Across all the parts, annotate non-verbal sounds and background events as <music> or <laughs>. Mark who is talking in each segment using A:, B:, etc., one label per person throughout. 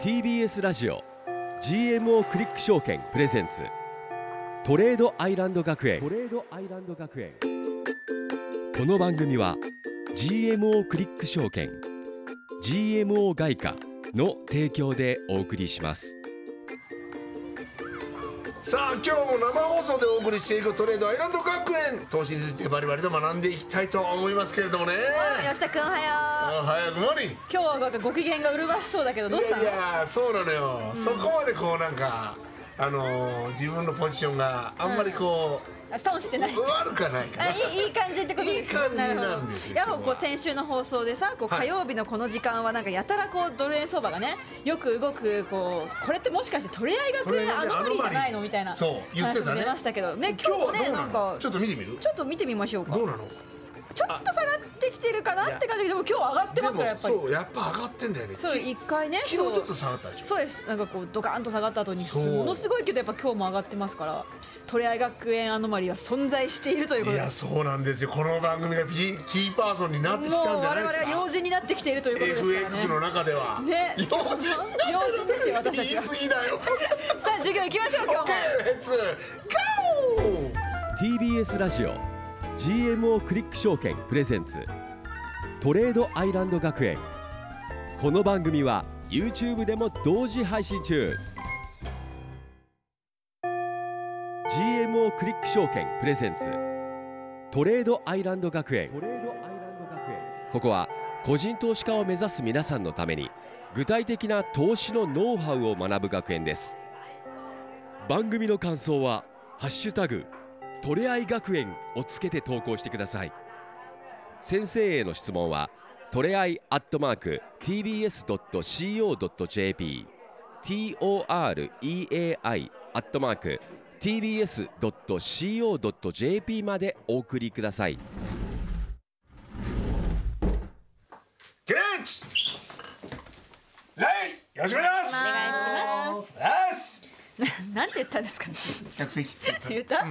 A: TBS ラジオ GMO クリック証券プレゼンツトレードアイランド学園トレードアイランド学園この番組は GMO クリック証券 GMO 外貨の提供でお送りします
B: さあ今日も生放送でお送りしていくトレードアイランド学園投資についてバリバリと学んでいきたいと思いますけれどもね
C: はい吉田君おはよう
B: あ早くマリン
C: 今日はなんかご機嫌が麗しそうだけどどうしたの
B: いやいやそうなのよ、そこまでこうなんかあのー自分のポジションがあんまりこ、
C: あ損してないう
B: 悪かないか
C: あ
B: ない
C: いいい感じってこと
B: いい感じ
C: るほど
B: なんですよ
C: いやもう
B: 今日
C: こ
B: は
C: う先週の放送でさこう
B: は
C: 火
B: い
C: 曜日のこの時間はなんかやたらこうドル円相場がねよく動くこうこれってもしかしてトレアイ
B: ト
C: 学
B: レアイ
C: 園
B: 学園
C: アノマリーじゃないのみたいな
B: そう言ってたね
C: 話も出ましたけどね
B: 今
C: 今日
B: 日
C: も
B: は
C: ね
B: どう
C: な
B: なんの
C: か
B: ち
C: ち
B: ょっと見てみる
C: ょっと見てみましょうか
B: どうなの
C: ちょっと下がってきてるかなって感じだけどでも今日上がって
B: で
C: ますからや
B: も
C: っぱり
B: そうやっぱ上がってんだよねき
C: そう
B: 昨
C: 一回ね
B: 日ち
C: そう
B: ょっと下がったでしょ
C: そうですなんかこうドカーンと下がった後に
B: そう
C: ものすごいけどやっぱ今日も上がってますからトレア学園アノマリーは存在しているというこ
B: い
C: とで
B: やそうなんですよこの番組がピーキーパーソンになってきた
C: も
B: ん
C: う
B: じゃ
C: 我
B: ない
C: 々
B: で
C: は
B: すか
C: 用心になってきているということですからね
B: FX の中では
C: ね
B: 用心
C: 用心ですよ私たち
B: 言
C: はい
B: 過ぎだよ
C: さあ授業行きましょう今日も
B: Let's go!
A: TBS ラジオ GMO クリック証券プレゼンツトレードアイランド学園この番組は YouTube でも同時配信中 GMO クリック証券プレゼンツトレードアイランド学園ここは個人投資家を目指す皆さんのために具体的な投資のノウハウを学ぶ学園です番組の感想は「ハッシュタグトレアイ学園をつけて投稿してください先生への質問はトレアイアットマーク tbs.co.jp toreai アットマーク tbs.co.jp までお送りください
B: キレッチレイよろしくお願いしますお願いします
C: なんて言ったんですか
B: 客席
C: 言った、さあ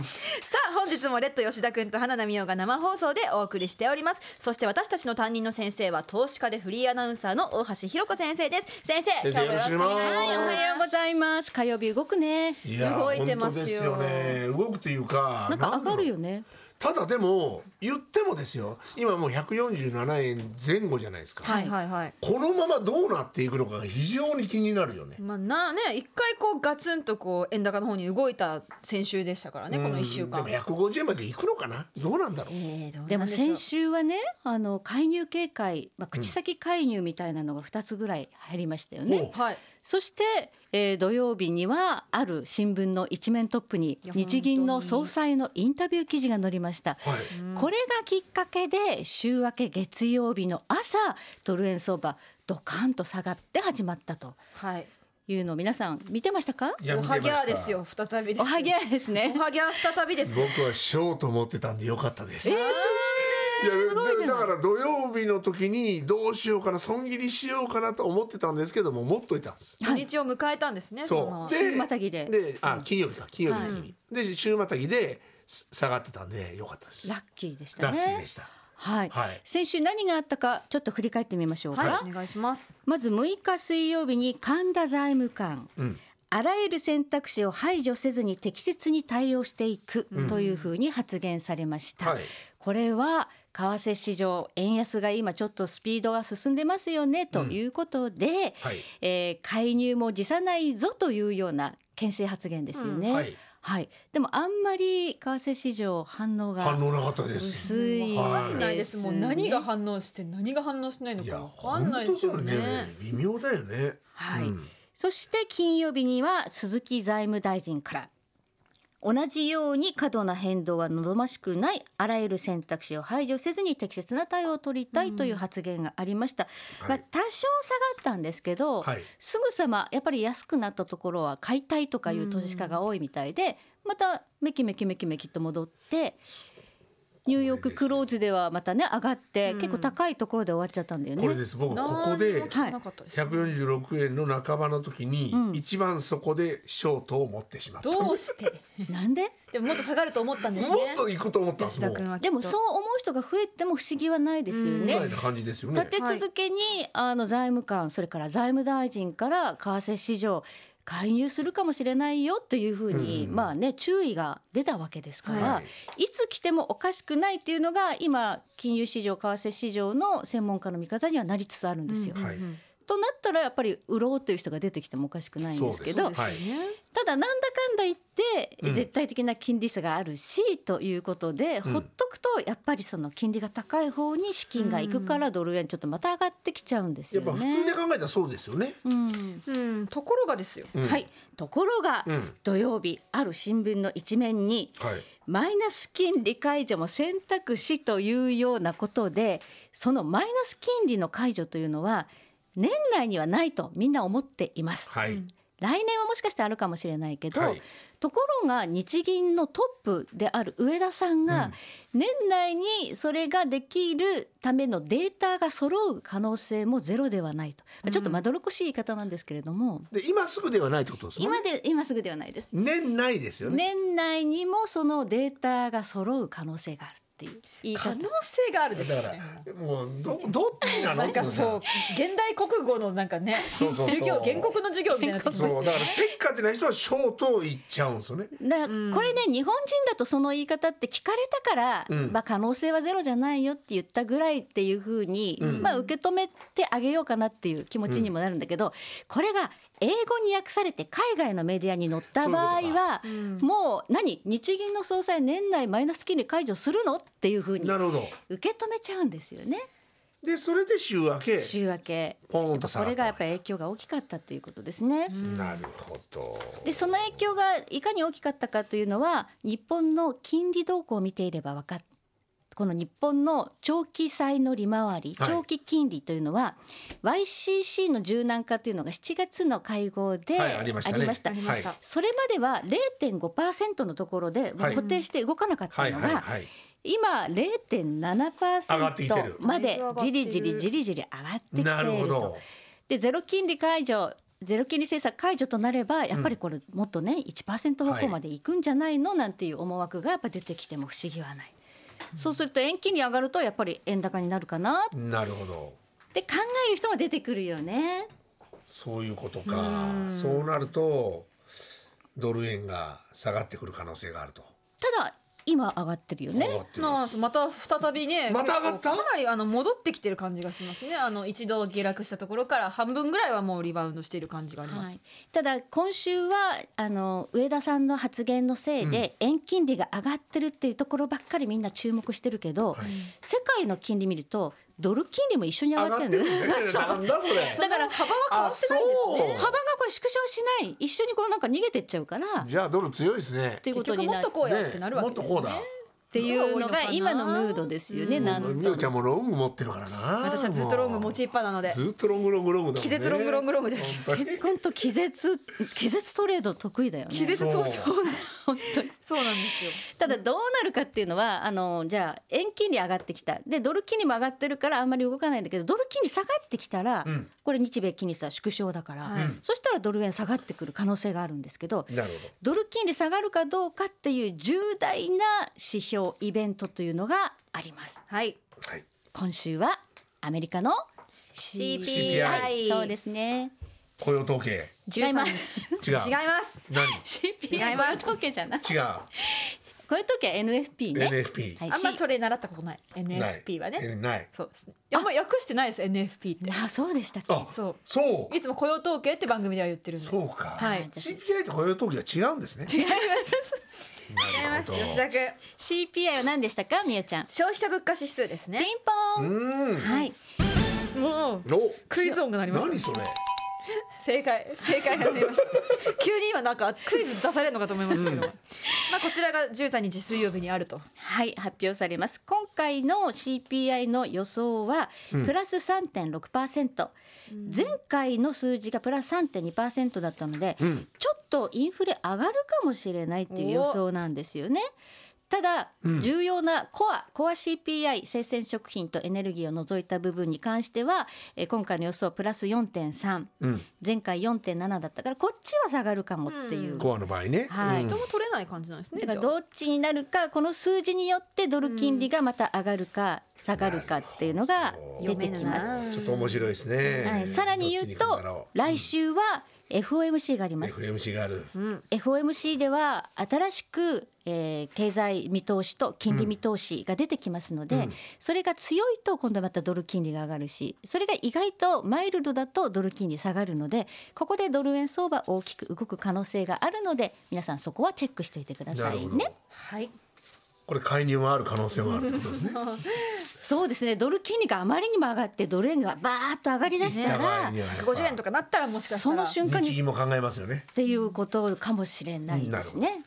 C: 本日もレッド吉田君と花奈美桜が生放送でお送りしておりますそして私たちの担任の先生は投資家でフリーアナウンサーの大橋ひろ子先生です先生
B: 先生
C: 今日もよろしくお願いします
B: よろしくお願いします
D: おはようございます。火曜日動くね。
B: いや
C: 動いてますよ
B: 本当ですよね動くというか
D: なんか
B: だろ
D: 上
B: う
D: がるよね。
B: ただでも言ってもですよ今もう147円前後じゃないですか、
C: はいはいはい
B: このままどうなっていくのかが非常に気になるよね
C: まあなあね一回こうガツンとこう円高の方に動いた先週でしたからねこの一週間。
B: でも150円までいくのかなどうなんだろう、
C: えーどうなんしょう
D: でも先週はね、あの介入警戒、まあ口先介入みたいなのが二つぐらい入りましたよね。
B: お
C: はい
D: そして、えー土曜日にはある新聞の一面トップに
C: いや
D: 日銀の総裁のインタビュー記事が載りました、
B: はい
D: これがきっかけで週明け月曜日の朝ドル円相場ドカンと下がって始まったと
C: はい。
D: いうのを皆さん見てましたか
B: いや
C: おはぎゃ
B: 見
C: ー
B: て
C: で
B: ました
C: すよ再びです。
D: おはぎゃですね
C: おはぎゃー再びです。
B: 僕はショーと思ってたんでよかったです、いや
D: ごいじゃな
B: だ
D: い
B: から土曜日の時にどうしようかな損切りしようかなと思ってたんですけども持っといたんです
C: 土日を迎えたんですね。のま
B: そ
C: ま
B: うで
D: 週またぎで
B: であ金曜日か金曜日の時に、で週またぎです下がってたんでよかったです
D: ラッキーでした
B: ラ
D: ね
B: ッキーでした
D: はい、
B: はい
D: 先週何があったかちょっと振り返ってみましょうか、
C: はいお願いします。
D: まず6日水曜日に神田財務官、あらゆる選択肢を排除せずに適切に対応していくというふうに発言されました、
B: はい
D: これは為替市場円安が今ちょっとスピードが進んでますよねということで、
B: はい
D: えー介入も辞さないぞというような牽制発言ですよね、
B: うんはい
D: はいでもあんまり為替市場反応が
B: 反応なかったです
D: 薄い
B: わかん
C: ないですもう何が
D: は
C: 反応して何が反応しないの
B: い
C: か
B: や
C: わかん
B: 本
C: ないで
B: 当
C: す
B: そ
C: よ
B: れ
C: ね。
B: ね微妙だよね
D: い、そして金曜日には鈴木財務大臣から同じように過度な変動は望ましくないあらゆる選択肢を排除せずに適切な対応を取りたいという発言がありました、
B: はい
D: まあ、多少下がったんですけど、
B: はい
D: すぐさまやっぱり安くなったところは買いたいとかいう投資家が多いみたいで、まためきめきめきめきと戻ってニューヨーククローズではまたね上がって、結構高いところで終わっちゃったんだよね
B: これです僕ここで
D: はい
C: なかったです
B: 146円の半ばの時に、一番そこでショートを持ってしまったも
C: どうして
D: なんで
C: でももっと下がると思ったんですね
B: っと行くと思ったんですも
C: 吉田
B: う
C: 君はきっと
D: でもそう思う人が増えても不思議はないですよ
B: ぐ
D: ね
B: らいな感じですよね
D: 立て続けに、あの財務官それから財務大臣から為替市場介入するかもしれないよというふうに、まあね注意が出たわけですから、、
B: はい
D: つ来てもおかしくないっていうのが今金融市場為替市場の専門家の見方にはなりつつあるんですよ。
B: はい
D: となったらやっぱり売ろうという人が出てきてもおかしくないんですけ
B: そ
D: ど
B: うですはい
D: ただなんだかんだ言って、絶対的な金利差があるしということで、ほっとくとやっぱりその金利が高い方に資金が行くからドル円ちょっとまた上がってきちゃうんです
B: や
D: よ
B: っ
D: ね。
B: ぱ普通で考えたらそうですよね、
C: うんところがですよ
D: はい、ところが、
B: ん
D: 土曜日ある新聞の一面に、
B: はい
D: マイナス金利解除も選択肢というようなことでそのマイナス金利の解除というのは年内にはないとみんな思っています。
B: はい、
D: 来年はもしかしてあるかもしれないけど、
B: はい
D: ところが日銀のトップである上田さんが年内にそれができるためのデータが揃う可能性もゼロではないと、まあちょっとまどろっこしい言い方なんですけれども
B: で今すぐではないってことですもんね
D: 今で今すぐではないです
B: 年内ですよね
D: 年内にもそのデータが揃う可能性があるっていう言い
C: 可
D: 方
C: 能性があるです
B: だ
C: よ
B: か
C: ね
B: らもうどどっちなの
C: なんかそう現代国語のなんかね
B: そうそうそう
C: 授業原告の授業みたいになってきます
B: そうだからせっかちな人はショートを行っちゃうんですよね
D: だこれね日本人だとその言い方って聞かれたから、
B: ん
D: まあ、可能性はゼロじゃないよって言ったぐらいっていうふうに、まあ、受け止めてあげようかなっていう気持ちにもなるんだけど、これが英語に訳されて海外のメディアに載った場合
B: そういうこ
D: はもう何日銀の総裁年内マイナス金利解除するのっていうふうに
B: な
D: 受
B: るほど
D: け止めちゃうんですよね
B: でそれで週明け
D: 週明け。
B: ポーンと下
D: こ
B: が
D: れ
B: っ
D: が
B: た
D: やっぱり影響が大きかったっていうことですね。
B: なるほど
D: でその影響がいかに大きかったかというのは日本の金利動向を見ていれば分かっこの日本の長期債の利回り
B: はい
D: 長期金利というのは、YCC の柔軟化というのが7月の会合で
B: はいあ
D: あり
B: り
D: ま
B: ま
D: し。
B: したたねありました
D: それまでは0.5%のところでもう
B: はい
D: 固定して動かなかった
B: はい
D: の
B: はい
D: が
B: はい
D: 今
B: 上がってきてる
D: 0.7%までじりじりじりじり上がってきて
B: ないる
D: る
B: ほ
D: と
B: ど。
D: でゼロ金利解除ゼロ金利政策解除となればやっぱりこれもっとね1%方向までいくんじゃないのなんていう思惑がやっぱ出てきても不思議はない。そうすると円金利上がるとやっぱり円高になるかなっ
B: なるほど
D: て考える人も出てくるよね。
B: そういうことかそうなるとドル円が下がってくる可能性があると
D: ただ今上がってるよね。
B: 上がってる
C: まあまた再びね
B: また上がった
C: かなりあの戻ってきてる感じがしますねあの一度下落したところから半分ぐらいはもうリバウンドしている感じがあります、
D: はい、ただ今週はあの上田さんの発言のせいで円金利が上がってるっていうところばっかりみんな注目してるけど、世界の金利見るとドル金利も一緒に上
B: 上
D: が
B: が
D: っ
B: ってて
D: るん
B: る
D: で
B: ね
D: す
B: <laughs> なんだそ
C: <laughs>
B: れ
D: だから
C: 幅は変わ
B: あ
C: って
B: そ
C: ないんですね
D: 幅が
B: う
D: これ縮小しない一緒にこうなんか逃げてっちゃうからっ
B: じゃあドル強いですね
D: ていうこ
C: 結
D: と
C: 局
D: に
C: も
D: な
C: っ
D: る
C: とこうやってなるわ
B: も
C: け
B: っ
C: で
B: と
C: す
B: こ
C: ね
B: うだ
D: っていうのが今のムード
C: で
D: ですよねなんと
B: みおちゃんもロング持ってるからな
C: 私はずっとロング持ちっぱなので
B: ずっとロングロングロングだもんね
C: 気絶ロングロングロングです
B: 本当に
D: 結婚と気絶気絶トレード得意だよ
C: 気
D: ね
C: 絶
B: そ
C: 当
B: う
C: 初
D: 本当に
C: そうなんですよ
D: ただどうなるかっていうのはあのじゃあ円金利上がってきたでドル金利も上がってるからあんまり動かないんだけどドル金利下がってきたら、これ日米金利差縮小だから、
C: はい
D: そしたらドル円下がってくる可能性があるんですけど
B: なるほど
D: ドル金利下がるかどうかっていう重大な指標イベントというのがあります
C: はい
B: はい
D: 今週はアメリカの
C: CPI
D: そうですね
B: 雇用統計
D: 違います
B: 違う
C: 違います
B: 何
D: CPI
C: 違い
D: <laughs>
C: ます
D: 雇用統計じゃない
B: 違
C: <laughs>
B: う
D: こういう時は NFP ね
B: NFP
D: はい
C: あんま
D: C-
C: それ習ったことない
B: ない
C: NFP はね
B: ない
C: そうですねあんま訳してないです NFP って
D: あそうでしたっけ
B: あ
C: そう
B: そう
C: いつも雇用統計って番組では言ってるんで
B: そうか、
C: はい
B: CPI と雇用統計は違うんですね違いますなるほど
C: 田君
D: CPI は何でしたかみゆちゃん
C: 消費者物価指数ですね
D: ピンポーン
B: うん
D: はい
C: もう
B: お
C: クイズ音が鳴りました
B: 何それ
C: 正解正解が出ました <laughs> 急に今なんかクイズ出されるのかと思いましたけど、まあこちらが13日水曜日にあると
D: はい発表されます今回の CPI の予想はプラス3.6%、前回の数字がプラス3.2%だったので、ちょっとインフレ上がるかもしれないっていう予想なんですよねただ、重要なコアコア CPI 生鮮食品とエネルギーを除いた部分に関しては、えー今回の予想プラス4.3、前回4.7だったからこっちは下がるかもっていう、
B: コアの場合ね。
D: はい
B: うん
C: 人も取れない感じなんですね
D: だから
C: じゃあ
D: どっちになるかこの数字によってドル金利がまた上がるか下がるかっていうのが出てきます。
B: ちょっと面白いですね。
D: はい、さらに言うと来週は FOMC があります。
B: FMC がある。
D: FOMC では新しく、えー経済見通しと金利見通しが出てきますので、それが強いと今度またドル金利が上がるしそれが意外とマイルドだとドル金利下がるのでここでドル円相場大きく動く可能性があるので皆さんそこはチェックしておいてくだ
B: な
D: さ
B: る
D: い
B: ほど
D: ね。。
C: はい
B: これ介入もある可能性もあるってことですね。
D: そうですねドル金利があまりにも上がってドル円がバーッと上がりだした
B: 場合
D: ら、
B: にはやっぱ
C: 150円とかなったらもしかした
D: そ
C: ら
D: の瞬間に
B: 日銀も考えますよね
D: っ。ていうことかもしれないですね。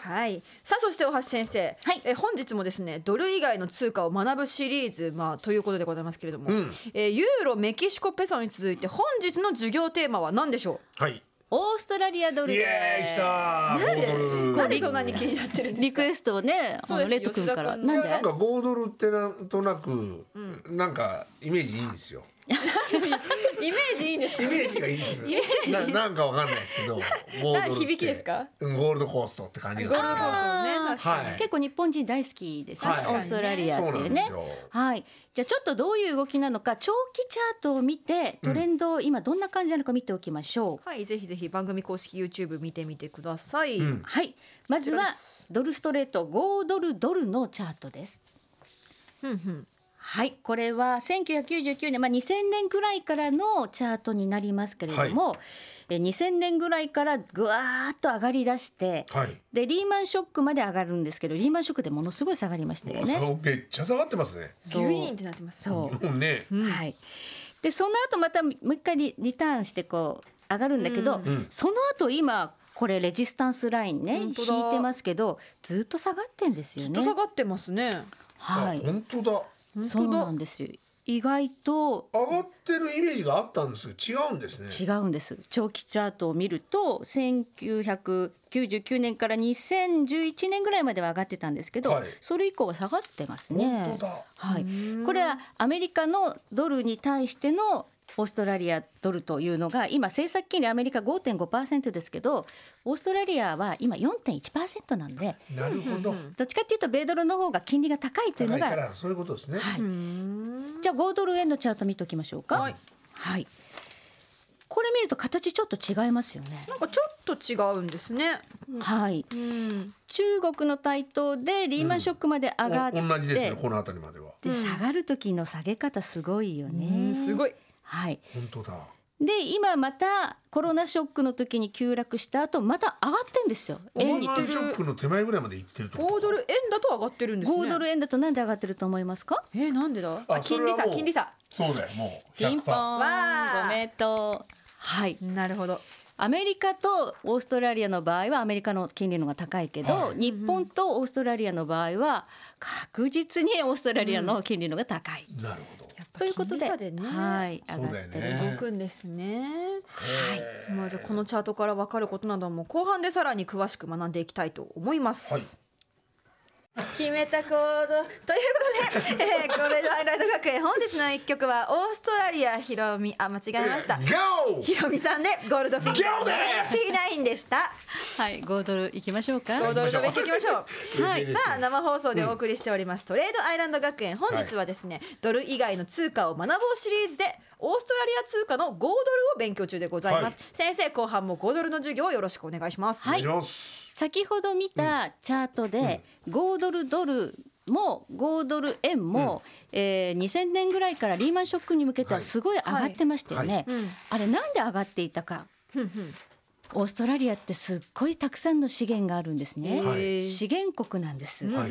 C: はい、さあそして大橋先生、
D: はい
C: えー本日もですねドル以外の通貨を学ぶシリーズ、まあ、ということでございますけれども、えーユーロメキシコペソに続いて本日の授業テーマは何でしょ
B: はい。
D: オーストラリアド
B: イ
D: ル
B: エーイ来たー。
C: うなんで
B: 5ド
C: なん
B: ル。
C: でそんなに気になってるんです
D: リクエストをね、あ
C: そうで
D: の
C: す
D: レッド君から。
C: 吉田君
D: なん
B: いやなん
D: で
B: か？5ドルってなんとなくなんかイメージいいですよ。
C: <laughs> かイメージいいんです
B: イメージがいいです。ななんかわかんないですけど、ゴールドって
C: 響きですか
B: うんゴールドコーストって感じがする。
D: あ
C: ね確かに、
B: はい
D: 結構日本人大好きですね。
B: はい
D: オーストラリアっていうね
B: そうなんですよ。
D: はい。じゃあちょっとどういう動きなのか、長期チャートを見てトレンドを今どんな感じなのか見ておきましょう。
C: はい、ぜひぜひ番組公式 YouTube 見てみてください、
D: はい。まずは
C: こちらで
D: ドルストレート5ドルドルのチャートです。はい、これは1999年、まあ、2000年ぐらいからのチャートになりますけれども、え2000年ぐらいからぐわーっと上がりだして、
B: はい。
D: でリーマンショックまで上がるんですけどリーマンショックでものすごい下がりましたよね。
B: そうめっちゃ下がってますね。
C: ギュイーンってなってます
D: そ
B: もうね。
D: う、はい、でその後またもう一回リリターンしてこう上がるんだけど、その後今これレジスタンスラインね引い
C: 本当だ
D: てますけどずっと下がってんですよ
C: ずっと
D: ね
C: 下。がってますね
B: あ
D: はい、
B: 本当だ。
D: そうなんですよ意外と
B: 上がってるイメージがあったんですけど違うんですね。
D: 違うんです長期チャートを見ると1999年から2011年ぐらいまでは上がってたんですけど、
B: はい
D: それ以降は下がってますね
B: 本。当だ
D: はい、これはアメリカのドルに対してのオーストラリアドルというのが今政策金利アメリカ5.5%ですけどオーストラリアは今4.1%なんで
B: なるほど。
D: どっちかっていうと米ドルの方が金利が高いとい
B: 高
D: うの
B: いか
D: が
B: らそういうことですね。
D: はい、じゃあ5ドル円のチャート見ておきましょうか。
C: はい
D: はいこれ見ると形ちょっと違いますよね。
C: なんかちょっと違うんですね
D: はい、
C: うん
D: 中国の台頭でリーマンショックまで上がって、
B: お同じですね。この辺りまでは。
D: で下がる時の下げ方すごいよね。
C: すごい
D: はい、
B: 本当だ。
D: で今またコロナショックの時に急落した後また上がってんですよ。円
B: 円
D: に
B: にショックの手前ぐらいまで行ってるとこ
C: 5ドル円だと上がってるんですね
D: 5ドル円だとなんで上がってると思いますか？
C: えー、なんでだ
B: あ
C: あ金利
B: それは
C: 差
B: もう
C: 金利差
B: そうだよもう
D: ピンポー
B: 100%
C: わ
D: ン
C: あ
D: ご名答。はい。
C: なるほど
D: アメリカとオーストラリアの場合はアメリカの金利の方が高いけど、
B: はい
D: 日本とオーストラリアの場合は確実にオーストラリアの金利の方が高い。
B: なるほど
D: ということ
C: 金
D: で
C: 利差でね
D: はい、
B: そうだよね
D: 上がってる
C: 動くんですね。はい。まあじゃあこのチャートから分かることなども後半でさらに詳しく学んでいきたいと思います。
B: はい
C: 決めた行動ということで、えー、これでアイランド学園本日の一曲はオーストラリアひろみあ間違えました。
B: GO!
C: ひろみさんでゴールドフィンガー
B: ゴール
C: 99でした。
D: はい、5ドル行きましょうか。
C: ゴールドルの勉強いきま
B: <laughs>
C: しょう。
D: はい
C: さあ生放送でお送りしております、トレードアイランド学園本日はですね、ドル以外の通貨を学ぼうシリーズでオーストラリア通貨の5ドルを勉強中でございます、先生後半も5ドルの授業をよろしくお願いします
D: はい
B: いきます
D: 先ほど見たチャートで5ドルドルも5ドル円も、えー2000年ぐらいからリーマンショックに向けてはすごい上がってましたよね、
B: はい
D: あれなんで上がっていたかオーストラリアってすっごいたくさんの資源があるんですね、
B: はい
D: 資源国なんです、
B: はい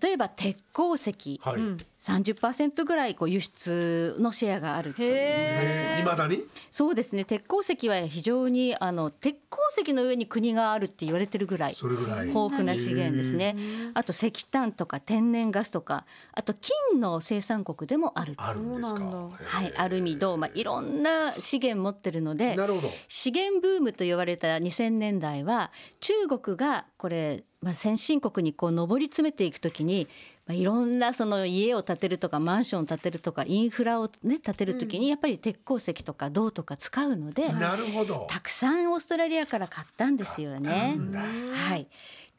D: 例えば鉄鉱石、
B: はい
D: 30%ぐらいこう輸出のシェアがあるという
B: えー、未だに
D: そうですね鉄鉱石は非常にあの鉄鉱石の上に国があるって言われてるぐらい
B: それぐらい
D: 豊富な資源ですねあと石炭とか天然ガスとかあと金の生産国でもある
B: あるんですか
C: そうなんだ
D: はい、アルミ銅、まあ、いろんな資源持ってるので
B: なるほど
D: 資源ブームと言われた2000年代は中国がこれ、まあ、先進国にこう上り詰めていくときに、まあ、いろんなその家を建てるとかマンションを建てるとかインフラを、ね、建てるときにやっぱり鉄鉱石とか銅とか使うので、
B: なるほど
D: たくさんオーストラリアから買ったんですよね。はい、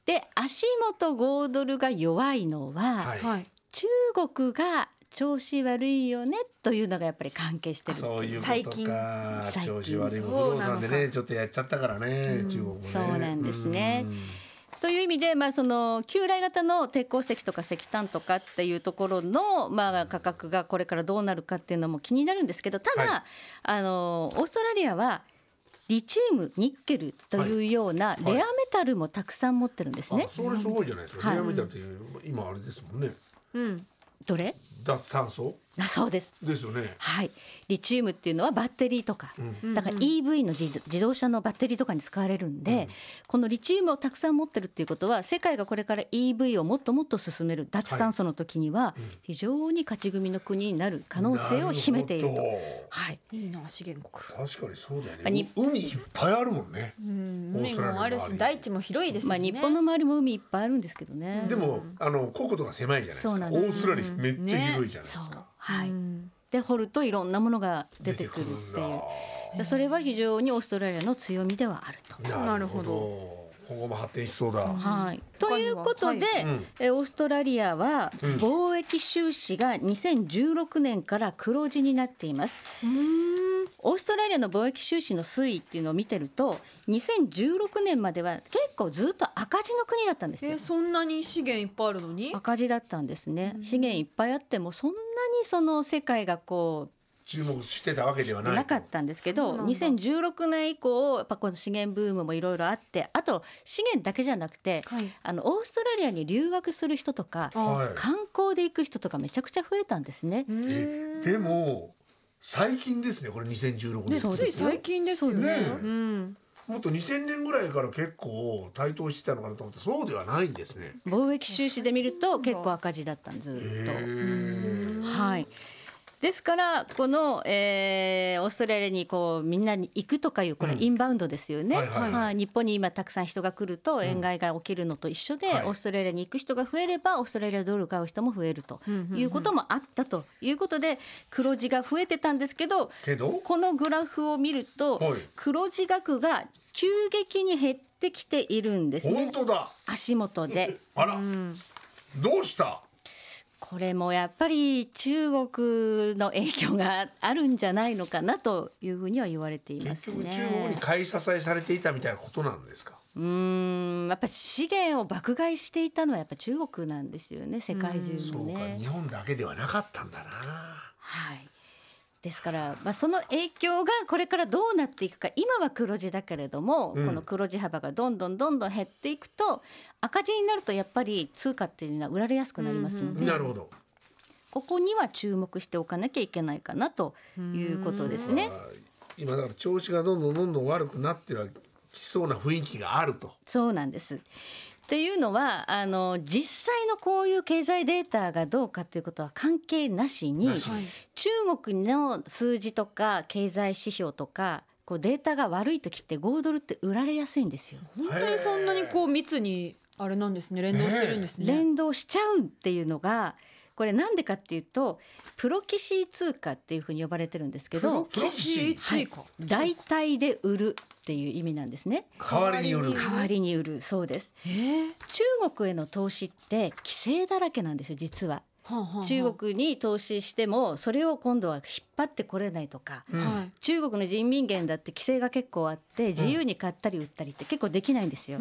D: で足元5ドルが弱いのは、
B: はい
C: はい
D: 中国が調子悪いよねというのがやっぱり関係してる
B: そういう
C: 最
B: こと
C: 近
B: か
D: 最近
B: 調子悪いもん不動産でねちょっとやっちゃったからね、中国もね
D: そうなんですね。という意味で、まあ、その旧来型の鉄鉱石とか石炭とかっていうところの、まあ、価格がこれからどうなるかっていうのも気になるんですけどただ、
B: はい
D: あのオーストラリアはリチウムニッケルというようなレアメタルもたくさん持ってるんですね。
B: あそれすごいじゃないですか、
D: はい
B: レアメタルっていう今あれですもんね
D: どれ
B: 脱炭素
D: あそうです
B: ですよね
D: はい、リチウムっていうのはバッテリーとか、だから EV の自自動車のバッテリーとかに使われるんで、このリチウムをたくさん持ってるっていうことは世界がこれから EV をもっともっと進める脱炭素の時には非常に勝ち組の国になる可能性を秘めている
B: な
D: と。
B: ほ
D: はい
C: いいな資源国
B: ど確かにそうだよ
D: あ
B: ね
D: に
B: 海いっぱいあるもんねオー
C: 海
B: ストラリア
C: もあるし大地も広いですし
D: まあ、
C: ね
D: 日本の周りも海いっぱいあるんですけどね。
B: でもあの国土が狭いじゃないですか
D: そう
B: オ
D: なんです
B: ーストラリアめっちゃ広いじゃないです
D: そう
B: か、
D: はい、で掘るといろんなものが出てくる
B: 出
D: ってて
B: く
D: い
B: る
D: うん
B: だ
D: でそれは非常にオーストラリアの強みではあると。
B: なるほど今後も発展しそうだ、
D: はい、ということで、えーオーストラリアは貿易収支が2016年から黒字になっています。オーストラリアの貿易収支の推移っていうのを見てると2016年までは結構ずっと赤字の国だったんです
C: え
D: よ
C: ー。そんなに資源いっぱいあるのに
D: 赤字だったんですね資源いっぱいあってもそんなにその世界がこう
B: 注目してたわけではない
D: なかったんですけど2016年以降やっぱこの資源ブームもいろいろあってあと資源だけじゃなくて、
C: はい
D: あのオーストラリアに留学する人とか、
B: はい
D: 観光で行く人とかめちゃくちゃ増えたんですね。
B: えでも最近ですねこれ2016年
D: そう
C: つい
D: ですよ
C: 最近ですよ
B: ね
C: ね
B: えもっと2000年ぐらいから結構台頭してたのかなと思ってそうではないんですね。
D: 貿易収支で見ると結構赤字だったんずっと。はい。ですからこの、えーオーストラリアにこうみんなに行くとかいうこれインバウンドですよね、
B: はいはい
D: まあ日本に今たくさん人が来ると円買いが起きるのと一緒で、
B: はい
D: オーストラリアに行く人が増えればオーストラリアドル買う人も増えるということもあったということで黒字が増えてたんですけど
B: けど
D: このグラフを見ると
B: はい
D: 黒字額が急激に減ってきているんですね
B: 本当だ
D: 足元で。
B: あら、どうした
D: これもやっぱり中国の影響があるんじゃないのかなというふうには言われています
B: 結
D: ね
B: 局。中国に買い支えされていたみたいなことなんですか
D: うーん、やっぱ資源を爆買いしていたのはやっぱ中国なんですよね、世界中
B: そ
D: の
B: うか
D: ね。
B: 日本だけではなかったんだな
D: はい。ですから、まあ、その影響がこれからどうなっていくか今は黒字だけれども、この黒字幅がどんどんどんどん減っていくと赤字になるとやっぱり通貨っていうのは売られやすくなりますので、
B: なるほど
D: ここには注目しておかなきゃいけないかなということですね。
B: 今だから調子がどんどんどんどん悪くなってはきそうな雰囲気があると
D: そうなんです。っていうのはあの実際のこういう経済データがどうかということは関係なしに
B: なしに
D: 中国の数字とか経済指標とかこうデータが悪い時って5ドルって売られやすいんですよ。
C: 本当にそんなにこう密にあれなんですね連動してるんですね
D: 連動しちゃうっていうのがこれなんでかっていうとプロキシー通貨っていうふうに呼ばれてるんですけど
B: プロキシー
C: 追加
D: 代替で売るっていう意味なんですね。
B: 代わりによる
D: 代わりに売るそうです中国への投資って規制だらけなんですよ実は。中国に投資してもそれを今度は引っ張ってこれないとか、
C: はい
D: 中国の人民元だって規制が結構あって自由に買ったり売ったりって結構できないんですよ。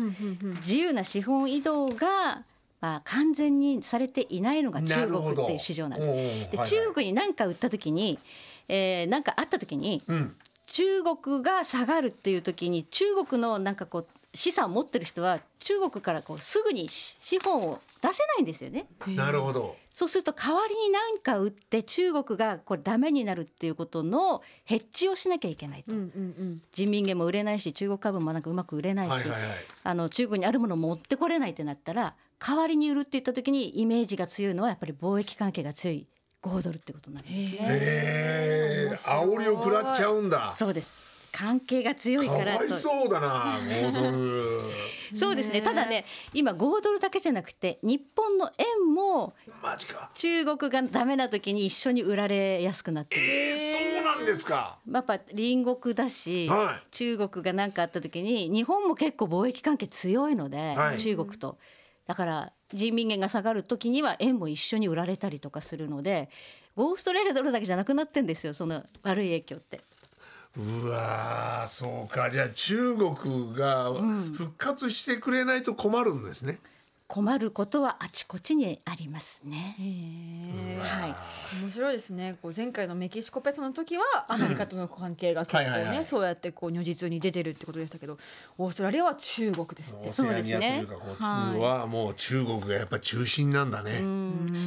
D: 自由な資本移動がまあ完全にされていないのが中国っていう市場なんです。
B: なるほどおうおうはい
D: で
B: はい
D: 中国に何か売った時に、えー、何かあった時に、
B: ん
D: 中国が下がるっていう時に中国のなんかこう資産を持ってる人は中国からこうすぐに資資本を出せないんですよね。
B: なるほど。
D: そうすると代わりに何か売って中国がこれダメになるっていうことのヘッジをしなきゃいけないと、
C: うんうん
D: 人民元も売れないし中国株もなんかうまく売れないし、
B: はいはいはい。
D: あの中国にあるものを持ってこれないってなったら代わりに売るって言った時にイメージが強いのはやっぱり貿易関係が強い5ドルってことなんですね。
B: ええ煽りを食らっちゃうんだ。
D: そうです関係が強い
B: か
D: から
B: わ
D: と
B: いそうだな、5ドル。 <laughs>
D: そうですねただね今5ドルだけじゃなくて日本の円も
B: マジか。
D: 中国がダメな時に一緒に売られやすくなってる
B: ええそうなんですか。
D: やっぱ隣国だし、
B: は
D: 中国が何かあった時に日本も結構貿易関係強いので、
B: はい
D: 中国とだから人民元が下がる時には円も一緒に売られたりとかするのでオーストラリアドルだけじゃなくなってんですよその悪い影響って。
B: うわーそうかじゃあ中国が復活してくれないと困るんですね、
D: 困ることはあちこちにありますね。
C: へえ
D: はい
C: 面白いですねこう前回のメキシコペソの時はアメリカとの関係が結構ね、
B: はいはいはい
C: そうやってこう如実に出てるってことでしたけどオーストラリアは中国ですね
B: オ
D: そう
B: セア
D: で
B: ニ
D: す
B: アと
D: ね
B: いうかこう中はもう中国がやっぱ中心なんだね、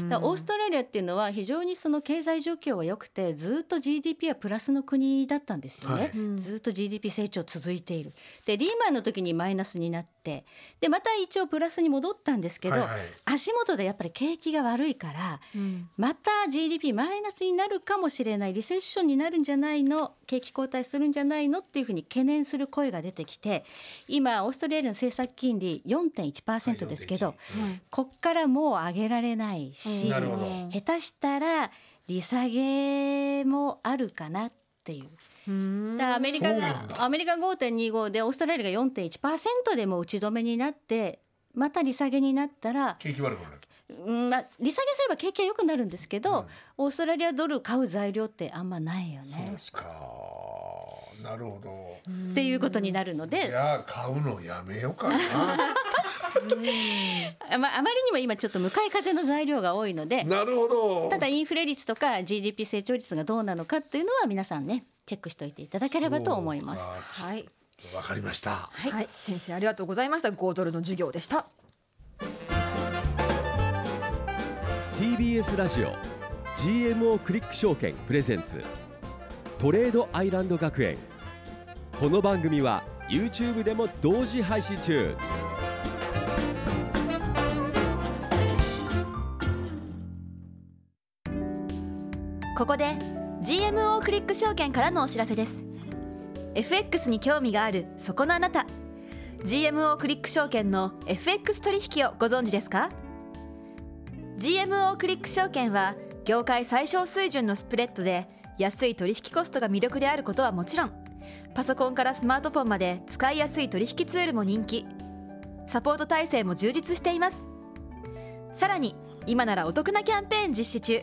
D: だからオーストラリアっていうのは非常にその経済状況は良くてずっと GDP はプラスの国だったんですよね、
B: はい
D: ずっと GDP 成長続いているでリーマンの時にマイナスになってでまた一応プラスに戻ったんですけど、
B: はいはい
D: 足元でやっぱり景気が悪いから、また GDP マイナスになるかもしれないリセッションになるんじゃないの景気後退するんじゃないのっていうふうに懸念する声が出てきて今オーストラリアの政策金利4.1%ですけど、
B: はい
D: こっからもう上げられないし、
B: なるほど
D: 下手したら利下げもあるかなっていう。だからアメリカ
B: そうな
D: が
B: ん
D: アメリカ5.25でオーストラリアが4.1%でもう打ち止めになってまた利下げになったら、
B: 景気悪くなる
D: うんまあ、利下げすれば景気は良くなるんですけど、オーストラリアドル買う材料ってあんまないよね
B: ですかなるほど
D: っていうことになるの
B: じ
D: で、
B: ゃあ買うのやめようかな
D: まあ、あまりにも今ちょっと向かい風の材料が多いので
B: なるほど
D: ただインフレ率とか GDP 成長率がどうなのかっていうのは皆さんねチェックしておいていただければと思います
B: そ。
C: はい、
B: うかわかりました
C: はい先生ありがとうございました5ドルの授業でした
A: TBS ラジオ GMO クリック証券プレゼンツトレードアイランド学園この番組は YouTube でも同時配信中
C: ここで GMO クリック証券からのお知らせです FX に興味があるそこのあなた GMO クリック証券の FX 取引をご存知ですか GMO クリック証券は業界最小水準のスプレッドで安い取引コストが魅力であることはもちろんパソコンからスマートフォンまで使いやすい取引ツールも人気サポート体制も充実していますさらに今ならお得なキャンペーン実施中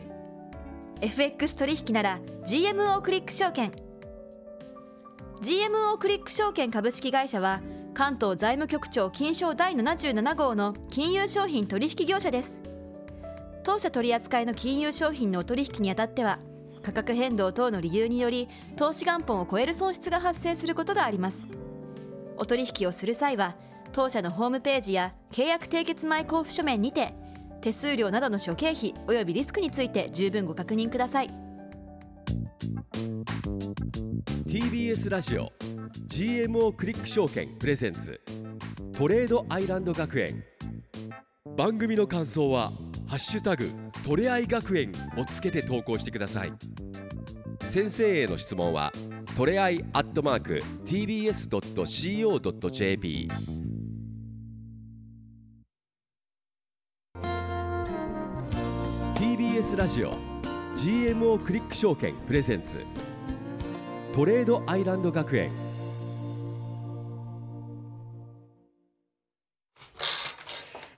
C: FX 取引なら GMO クリック証券 GMO クリック証券株式会社は関東財務局長金賞第77号の金融商品取引業者です当社取扱いの金融商品のお取引にあたっては価格変動等の理由により投資元本を超える損失が発生することがありますお取引をする際は当社のホームページや契約締結前交付書面にて手数料などの諸経費およびリスクについて十分ご確認ください
A: TBS ラジオ GMO クリック証券プレゼンツトレードアイランド学園番組の感想は「ハッシュタグトレアイ学園」をつけて投稿してください先生への質問はトレアイアットマーク TBS.CO.JP ラジオ GMO クリック証券プレゼンツトレードアイランド学園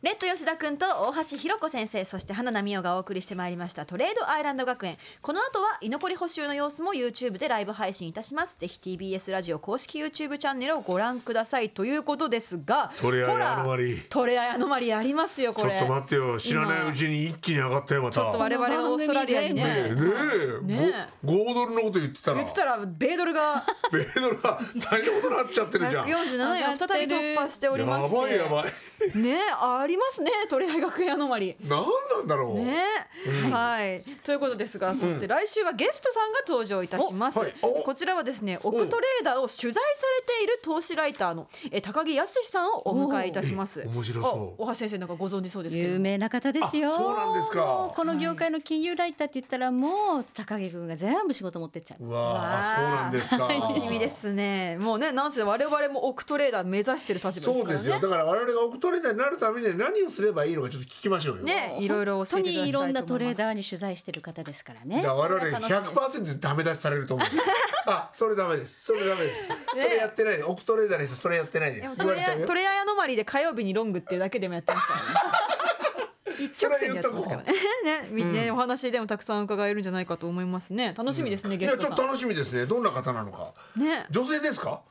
C: レッド吉田君と大橋ひろ子先生そして花奈美桜がお送りしてまいりましたトレードアイランド学園この後は居残り補修の様子も YouTube でライブ配信いたしますぜひ TBS ラジオ公式 YouTube チャンネルをご覧くださいということですが
B: トレアイアノマリー
C: ほらトレアイアノマリーありますよ
B: ちょ
C: これ
B: っと待ってよ知らないうちに一気に上がったよまた
C: ちょっと我々がオーストラリアにね
D: この番
B: ねえ
C: ね
B: ご5ドルのこと言ってたら
C: 言ってたら米ドルが
B: 米ドルが大変なことになっちゃってるじゃんや
C: 147円を再び突破しておりまして
B: ばいやばい
C: ねありまますねトレアイ学園アノマリー
B: 何なんだろう。
C: ね、はいということですがそして来週はゲストさんが登場いたします、
B: おはいお
C: こちらはですねオクトレーダーを取材されている投資ライターのえ高木康さんをお迎えいたします
B: お面白そう
C: あ大橋先生なんかご存知そうですけど
D: 有名な方ですよ
B: あそうなんですか
D: もうこの業界の金融ライターって言ったらもう高木君が全部仕事持ってっちゃう
B: うわあ、そうなんですか。
C: 楽しみですねもうねなんせ我々もオクトレーダー目指してる立場ですからね
B: そうですよ。だから我々がオクトレーダーになるためには何をすればいいのかちょっと聞きましょうよ。
C: ねいろいろ教えていただきたいと思います
D: 本当にいろんなトレーダーに取材してる方ですからね
B: だから我々
C: 楽しみ
B: 100%ダメ出しされる
C: <laughs>
B: と思う。あ、それダメです。それダメです。それやってない。オクトレーダーの人それやってないで
C: でも
B: す。
C: ト
B: 言われ
C: レ
B: ちゃう
C: ア
B: よ
C: ト。レアヤノマリーで火曜日にロングっていうだけでもやってます
B: <laughs>
C: からね一直線にやってますからねね見て、お話でもたくさん伺えるんじゃないかと思いますね楽しみですね、
B: い
C: ゲ
B: や
C: ス
B: ちょ
C: ト
B: っ
C: さ
B: と
C: ん
B: 楽しみですね。どんな方なのか。
C: ね
B: 女性ですか？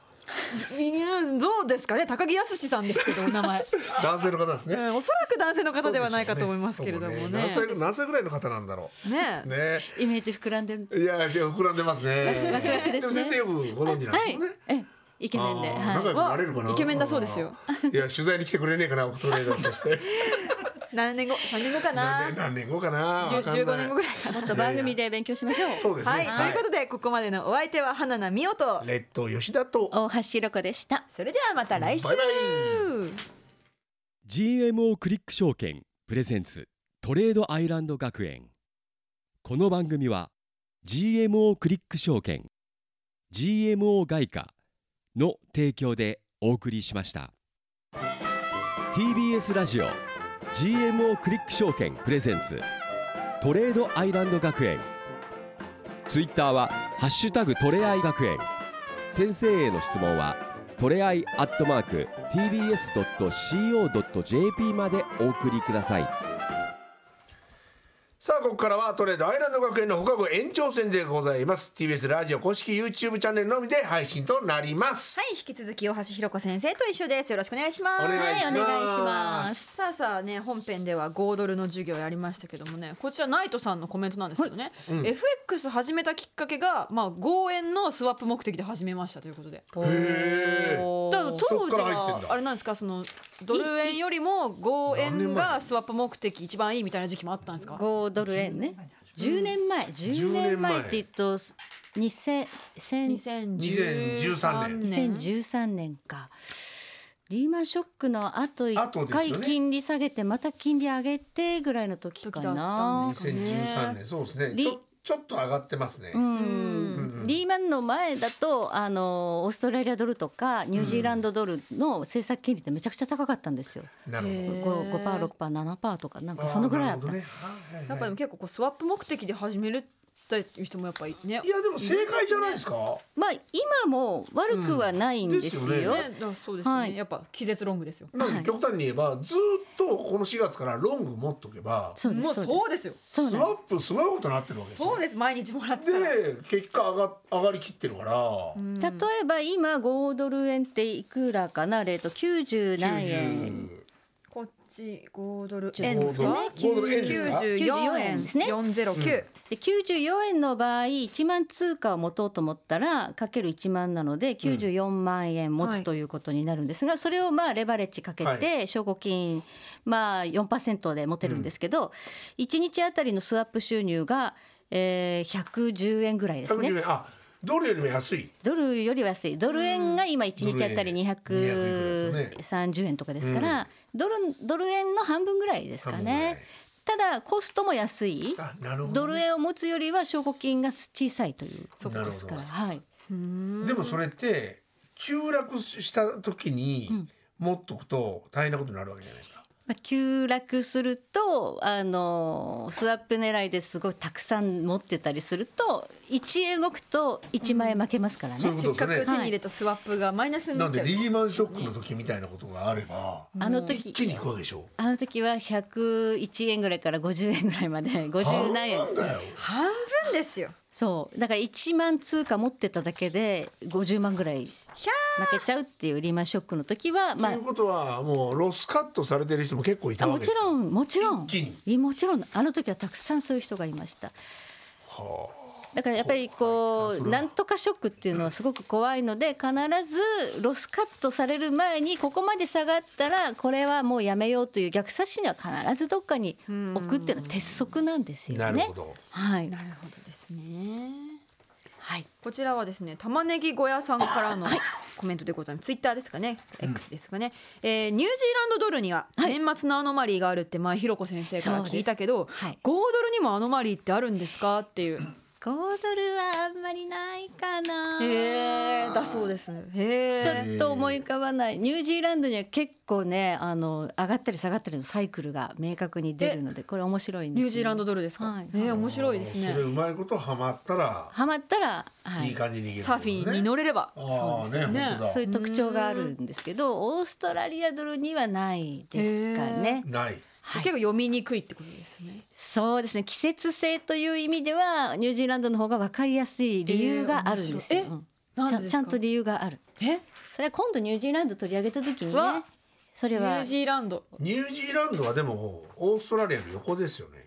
C: いやどうですかね高木康さんですけどお
B: <laughs>
C: 名前、
B: 男性の方です
C: う
B: ね。
C: ん、おそらく男性の方ではないかと思いますけれどもね
B: そう
C: ね
B: 何歳何歳ぐらいの方なんだろう。
C: ね
B: ね。
D: イメージ膨らんでる
B: いや膨らんでます
C: <laughs>
B: ね。
D: ワクワクですね
B: も先生よくご存知なんですよね。
D: はいえイケメンで、
B: あー
D: はい
B: 仲良くなれるかな。
C: イケメンだそうですよ
B: あ <laughs> ー。いや取材に来てくれねえかなオクトレーダーとして。
C: 何年後3年後かな
B: 何年何年後かな。
C: 10 15年後ぐらいかな
D: ちょっと番組で勉強しましょう
B: そうですね。
C: はい、ということでここまでのお相手は花名美桜と
B: レッド吉田と。
D: 大橋ロコでした
C: それではまた来週
B: バイバイ
A: GMO クリック証券プレゼンツトレードアイランド学園この番組は GMO クリック証券 GMO 外貨の提供でお送りしました TBS ラジオ GMO クリック証券プレゼンツトレードアイランド学園ツイッターは「ハッシュタグトレアイ学園」先生への質問はトレアイアットマーク TBS.CO.JP までお送りください
B: さあここからはトレードアイランド学園の放課後延長戦でございます TBS ラジオ公式 YouTube チャンネルのみで配信となります、
C: はい、引き続き大橋ひろ子先生と一緒です。よろしくお願いします。
B: お願いします,、
D: はいお願いします
C: さあさあね本編では5ドルの授業やりましたけどもねこちらナイトさんのコメントなんですけどね、FX 始めたきっかけが、まあ、5円のスワップ目的で始めましたということで
B: へー
C: だから当時
B: そっから入ってん
C: は
B: だ
C: あれなんですかそのドル円よりも5
B: 何年
C: 円
B: 前
C: がスワップ目的一番いいみたいな時期もあったんですか
D: 5ドル円ね10年前10
B: 10
D: 年
B: 年
D: 前
B: 前
D: って言うと2000 1000
B: 2013
C: 2013年
D: 2013年かリーマンショックのあと
B: 後
D: 1
B: ですよ
D: 回
B: ね
D: 金利下げてまた金利上げてぐらいの時か
C: 時だったん
D: な
C: ですかね
B: 2013年そうですね
D: リ
B: ちょちょっと上がってますね、
D: うんリーマンの前だとあのオーストラリアドルとかニュージーランドドルの政策金利ってめちゃくちゃ高かったんですよ。
B: なるほど、
C: へー
D: 5%、6%、7%とかなん
B: あー
D: かそのぐらいあっ
B: なる
D: た
B: ほど。ねはいはいはい
C: やっぱでも結構こうスワップ目的で始めるっていう人もやっぱりね
B: いやでも正解じゃないですか
D: まあ今も悪くはないんです
B: うんですよ。
D: よ
C: ね、だからそうですよね、
D: はい
C: やっぱ気絶ロングですよ
B: なんか極端に言えばずーっとこの4月からロング持っとけば
D: そうで
C: もう
D: すそう
C: そうですよ
D: うなん
B: ス
D: です
B: ワップすごいことになってるわけですよ
C: そうです毎日もらってたら
B: で結果上が上がりきってるから、
D: です。例えば今5ドル円っていくらかなレート90何円
B: 90
C: こっち5ドル円です
B: 5
C: か
B: ドル円ですか
C: 94円
D: ですね
C: 409、
D: で94円の場合1万通貨を持とうと思ったらかける1万なので94万円持
C: は
D: つ
C: い
D: ということになるんですがそれをまあレバレッジかけ
B: は
D: て証拠金まあ4%で持てるんですけど1日あたりのスワップ収入がえー110円ぐらいですね
B: 110。円あドルよりも安い
D: ドルよりは安いドル円が今1日あた
B: ド
D: り
B: ル円
D: 230円とかですから、ドルドル円の半分ぐらいですか
B: 半分ぐらい
D: ねただコストも安い
B: あなるほどね
D: ドル円を持つよりは証拠金が小さいという
B: そっ
D: で
B: か
D: すからはい
B: でもそれって急落した時に持っとくと大変なことになるわけじゃないですか、
D: まあ急落するとあのスワップ狙いですごいたくさん持ってたりすると1円動くと1万円負けますからね、
B: そういう
C: せ
B: こ
C: っか
B: と
C: く
B: です
C: 手
B: ね
C: に入れたスワップがマイナスに
B: な
C: なんっち
B: で
C: ゃう、
B: リーマンショックの時みたいなことがあれば、
D: あの
B: 一
D: 時
B: 気に行くわけでしょ
D: あの時は101円ぐらいから50円ぐらいまで50何円
B: 半分だよ
C: 半分ですよ
D: そうだから1万通貨持ってただけで50万ぐらい負
C: ひゃ
D: けちゃうっていうリーマンショックの時は
B: と
D: まあ
B: いうことはもうロスカットされてる人も結構い
D: あ
B: たわ
D: も
B: けです
D: ち
B: よ
D: ろんもちろん
B: 一気に
D: いもちろんあの時はたくさんそういう人がいましただからやっぱりこうなんとかショックっていうのはすごく怖いので必ずロスカットされる前にここまで下がったらこれはもうやめようという逆冊子には必ずどっかに置くっていうのは鉄則なんですよね。
B: なるほど。
D: はい
C: なるほどですね。
D: はい
C: こちらはですね、玉ねぎ小屋さんからのコメントでございます。ツイッターですかね、X ですかね。えーニュージーランドドルには年末のアノマリーがあるって前ひろこ先生から聞いたけど、
D: そうですはい
C: 5ドルにもアノマリーってあるんですかっていう。
D: 5ドルはあんまりないかな。
C: へえ、だそうです。へ
D: ち
C: え。
D: ょっと思い浮かばないニュージーランドには結構ねあの上がったり下がったりのサイクルが明確に出るのでこれ面白いんです
C: ニ
D: よ
C: ュージーランドドルですか。
D: はい
C: えー面白いです
B: それ
C: ね。
B: うまいことハマったら
D: ハマったら、はい、
B: いい感じに逃げる
C: サーフィンに乗れれば。
B: ああね本当だ
D: そういう特徴があるんですけどオーストラリアドルにはないですかね。
B: ない。
D: はい
C: 結構読みにくいってことですね。
D: そうですね季節性という意味ではニュージーランドの方が分かりやすい理由があるんですよ。
C: えー面白いえ
D: うん
C: 何
D: ちゃ
C: です
D: ん
C: か
D: ちゃんと理由がある。
C: え、
D: それは今度ニュージーランド取り上げた時にね
C: わ
D: それ
C: ニュ
D: は
C: ージーランド。
B: ニュージーランドはでもオーストラリアの横ですよね。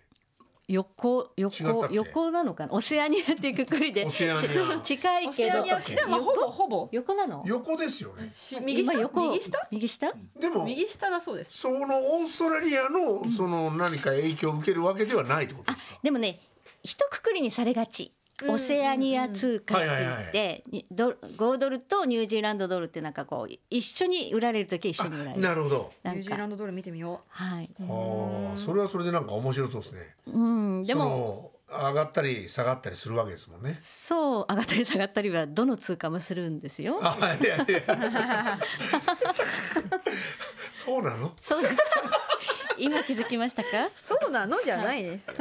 D: 横
B: 違った
D: 横
B: っけ
D: 横なのかなオセアニアっていうくくりで
B: オセアニア
D: ち <laughs> 近いけど
C: いやでもほぼほぼ。
D: 横なの
B: 横ですよね。
C: し右下
D: 今横
C: 右下
D: 右下
B: でも
C: 右下だそうです。
B: そのオーストラリアのその何か影響を受けるわけではないってことですか。
D: でもね一括りにされがちオセアニア通貨って言
B: はい
D: っ
B: はい
D: てにドル5ドルとニュージーランドドルってなんかこう一緒に売られる時は一緒に売られる
B: なるほど。
C: ニ
D: な
C: ュー
D: ん
C: ジーラ
D: か
C: ンドドル見てみよ
D: はい、
B: ああそれはそれでなんか面白そうですね。
D: うん、でも
B: その上がったり下がったりするわけですもんね。
D: そう上がったり下がったりはどの通貨もするんですよ
B: あいやいや。
C: <laughs>
B: そうなの？
D: そうです <laughs> 今気づきましたか
C: う。そうなのじゃないですよ。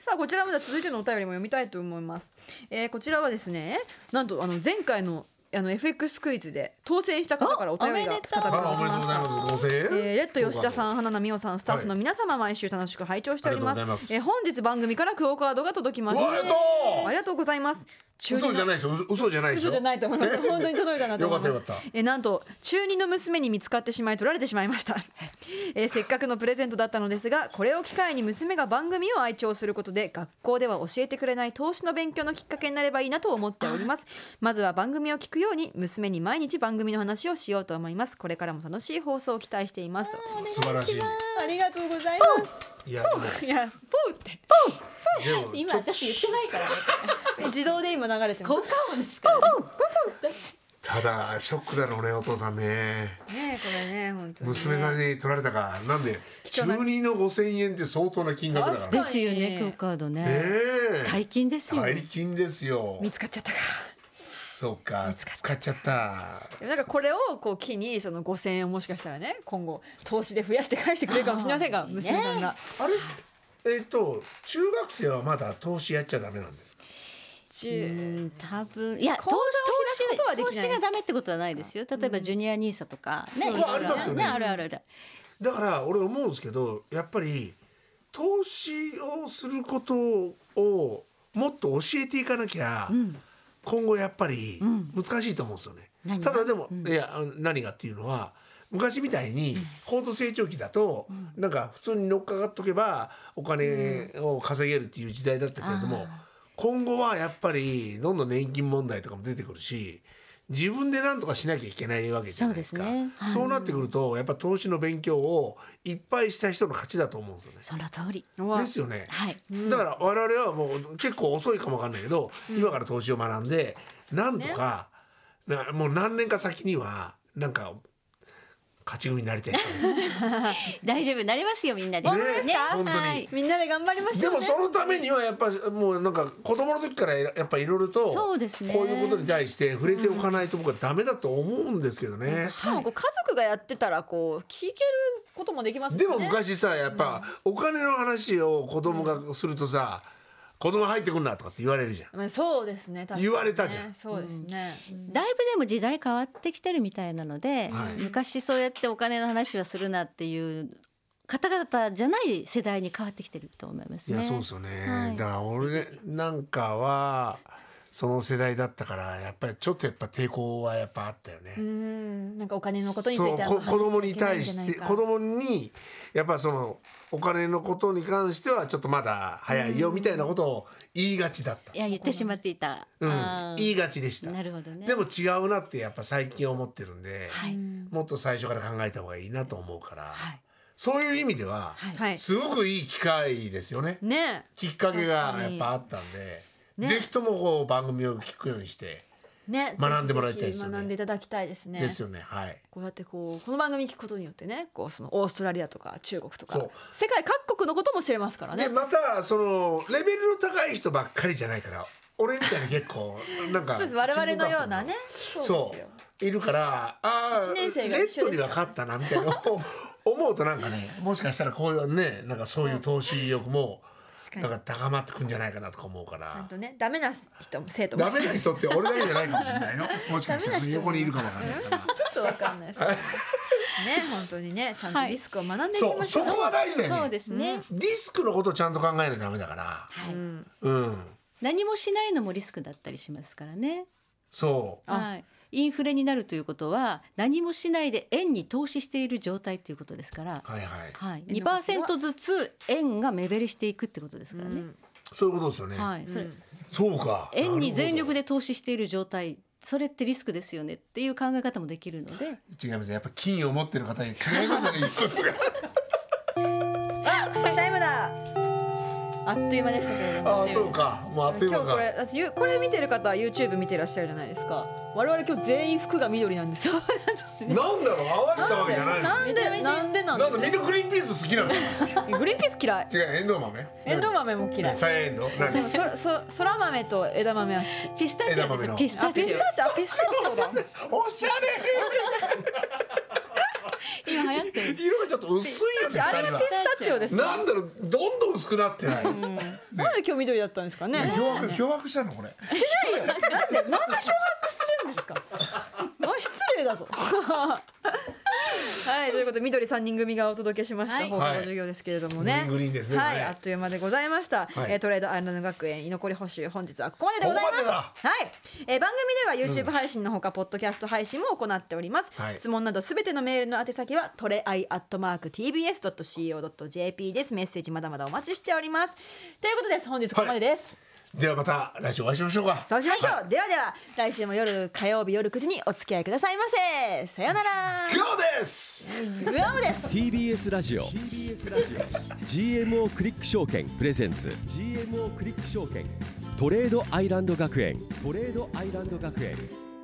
C: さあこちらまで続いてのお便りも読みたいと思います。えー、こちらはですね、なんとあの前回のあの FX クイズで当選した方からお便りが
D: おおめでとう
C: 再び
B: あ
C: 届
B: お
C: き
B: めでとうございます。ご
C: ました。
B: 声
C: えーレッド吉田
B: ん。
C: さん花奈美桜さんスタッフの皆様、毎週楽しく拝聴しております
B: ありがとうござい
C: えー本日番組からクオカードが届きました
B: うわやったー
C: ありがとうございます中
B: 嘘
C: 二
B: じゃ
C: の
B: ないですよ。嘘嘘じゃないです
C: 嘘
B: よ。
C: じゃないと思います本当に届いたなと思います
B: よかったよかっ
C: えーなんと中二の娘に見つかってしまい取られてしまいました、 <laughs> えーせっかくのプレゼントだったのですがこれを機会に娘が番組を愛聴することで学校では教えてくれない投資の勉強のきっかけになればいいなと思っておりますまずは番組を聞くように娘に毎日番組の話をしようと思いますこれからも楽しい放送を期待していますと
B: 素晴らし
C: ありがとうございます
B: い。いやでも
C: いや、ポウって。
B: でも
D: 今私言ってないからね
C: <laughs> 自動で今流れてます。
D: 音ですからね
B: ただショックだろうねお父さんね。
C: ねえ、これね、本当にね。
B: 娘さんに取られたかなんで中二の五千円って相当な金額だから。
D: で
B: ね
D: すよねクオカードね、
B: え。
D: 大金ですよ、
B: 大金ですよ。
C: 見つかっちゃったか。
B: そうか使っちゃった。
C: でもなんかこれをこう機にその5000円をもしかしたらね今後投資で増やして返してくれるかもしれませんが娘さんが
B: あれえっ、と中学生はまだ投資やっちゃダメなんですか。
C: 中
D: うん多分いや投
C: 口座を開くことは
D: 資
C: で
D: 投
C: き
D: 資
C: ない
D: 投資がダメってことはないですよ例えばジュニアニーサとかね,、
B: そうありますよね
D: あるあるある
B: だから俺思うんですけどやっぱり投資をすることをもっと教えていかなきゃ、今後やっぱり難しいと思うんですよね。
D: 何が
B: ただでも、いやあの何がっていうのは昔みたいに高度成長期だと、なんか普通に乗っかかっとけばお金を稼げるっていう時代だったけれども、今後はやっぱりどんどん年金問題とかも出てくるし自分で何とかしなきゃいけないわけじゃないですか。
D: そうですねはい
B: そうなってくるとやっぱ投資の勉強をいっぱいした人の勝ちだと思うんですよね。
D: その通り
C: は
B: ですよね、
D: はい
B: だから我々はもう結構遅いかもわかんないけど、今から投資を学んでなんとか、なもう何年か先にはなんか勝ち組になり
D: <laughs>
B: たいですね
D: 大丈夫なれますよみんなで
B: ね本当に
D: はい
C: みんなで頑張りまし
B: で
C: ょうね
B: もそのためにはやっぱもうなんか子供の時からやっぱいろいろと
D: そうですね
B: こういうことに対して触れておかないと僕はダメだと思うんですけどね。
C: しかもこう家族がやってたらこう聞けることもできます
B: で
C: よ
B: も
C: ね
B: 昔さやっぱお金の話を子供がするとさ子供入ってくんなとかって言われるじゃん。
C: まあそうですね確かにね
B: 言われたじゃん
C: そうですね
D: だいぶでも時代変わってきてるみたいなので、
B: はい
D: 昔そうやってお金の話はするなっていう方々じゃない世代に変わってきてると思います
B: い
D: ね
B: やそうですよね、
D: はい
B: だから俺なんかはその世代だったからやっぱりちょっとやっぱ抵抗はやっぱあったよね。
C: うんなんかお金のことについ
B: そう
C: ては
B: こ子供に対して子供にやっぱそのお金のことに関してはちょっとまだ早いよみたいなことを言いがちだった
D: い、や言ってしまっていた、
B: う
D: あ
B: ん、
D: ー
B: 言いがちでした、
D: なるほどね
B: でも違うなってやっぱ最近思ってるんで、
D: はい
B: もっと最初から考えた方がいいなと思うから、
D: はい
B: そういう意味では、
C: はい
B: すごくいい機会ですよね
C: ね
B: きっかけがやっぱあったんで、
C: ね
B: ぜひともこう番組を聞くようにして、
C: ね
B: 学んでもらいたいですよね
C: ぜひぜひ学んでいただきたいですね
B: ですよねはい。
C: こうやってこうこの番組聞くことによってねこうそのオーストラリアとか中国とか
B: そう
C: 世界各国のことも知れますからね
B: でまたそのレベルの高い人ばっかりじゃないから俺みたいに結構なんか
C: そうです我々のようなね
B: 中国
C: そ
B: 学
C: うです
B: 部のそう
C: よ
B: いるからああ
C: 一年生が
B: レ
C: 一
B: ッド
C: 緒です
B: には勝ったなみたいな思うとなんかねもしかしたらこういうねなんかそういう投資意欲も
C: 確
B: な
C: か
B: ん
C: に
B: か高まってくんじゃないかなとか思うか
C: ちゃん
B: ら
C: とねダメな人も生徒も
B: ダメな人って俺だけじゃないかもしれ
C: <laughs>
B: ないよもしかした
C: ダメな
B: ら
C: 人も
B: 横にいるかもわかんないから
C: <laughs> ちょっとわかんないですね本当にねちゃんとリスクを学んでいき
B: そう
C: ましょ、
B: そうこは大事だ
D: そ
B: よ
D: うで
B: ね
D: すね、
B: リスクのことをちゃんと考えないとダメだから
D: はい
C: うん
B: うん
D: 何もしないのもリスクだったりしますからね、
B: そ
C: あ
D: はい、インフレになるということは何もしないで円に投資している状態ということですから、
B: うはいはい
D: はい、
C: 円の方が
D: 2%ずつ円が目減りしていくってことですからね、
B: そういうことですよね
D: はい、それ、
B: そうか
D: 円に全力
B: で
D: で投資している状態それってリスクですよねっていう考え方もできる
B: <laughs>
D: ので
B: 違いますやっぱ金を持ってる方に違いますよね言うこと
C: <laughs>
B: が
C: あチャイムだあっという間でしたけれども
B: ああそうかもうあっという
C: 今
B: 間
C: 日これ
B: か
C: 私ゆこれ見てる方は YouTube 見てらっしゃるじゃないですか我々今日全員服が緑なんですよ
B: なんだろう合わせたわけじゃないの
C: なんでなんでなん
B: なん
C: で
B: だみんなグリーンピース好きなの違
C: グリーンピース嫌いう
B: エンドウ豆
C: エンドウ豆も嫌い
B: さやエンドウ何
C: そうそそそら豆と枝豆は好き
D: ピスタチオ
B: 枝
D: で
B: 豆
D: す
B: の
D: よピス
C: あ
D: タチ
C: ピ
D: オ
C: スタチオあピスタチオだ
B: おしゃ
D: 今流行って
B: れ
D: る
B: 色がちょっと薄いよね
C: あれ
B: 二
C: が
B: 人
C: ピスタチオですね
B: はなんだろうどんどん薄くなってない
C: なんで今日緑だったんですかね
B: 漂白漂白したのこれ
C: なんでなんで漂白するんですか。 <laughs> あ失礼だぞ。 <laughs> はいということで緑三人組がお届けしました、
D: はい
C: 放課後授業ですけれどもね。
B: グリーンですね
C: はい、
B: はい
C: あっという間でございました。
B: はい
C: えートレードアイランド学園居残り補修本日はここまででございます。
B: ここまでだ
C: はい、えー番組では YouTube 配信のほか、ポッドキャスト配信も行っております。
B: はい
C: 質問などすべてのメールの宛先はトレアイアットマーク TBS ドット CO ドット JP です。メッセージまだまだお待ちしております。ということです。本日ここまでです。
B: ではまた来週お会いしましょうか
C: そうしましょう、ではでは来週も夜火曜日夜9時にお付き合いくださいませさよなら
B: 今日です
C: グアムです
A: TBS ラジオ TBS ラジオ GMO クリック証券プレゼンツ GMO クリック証券トレードアイランド学園トレードアイランド学園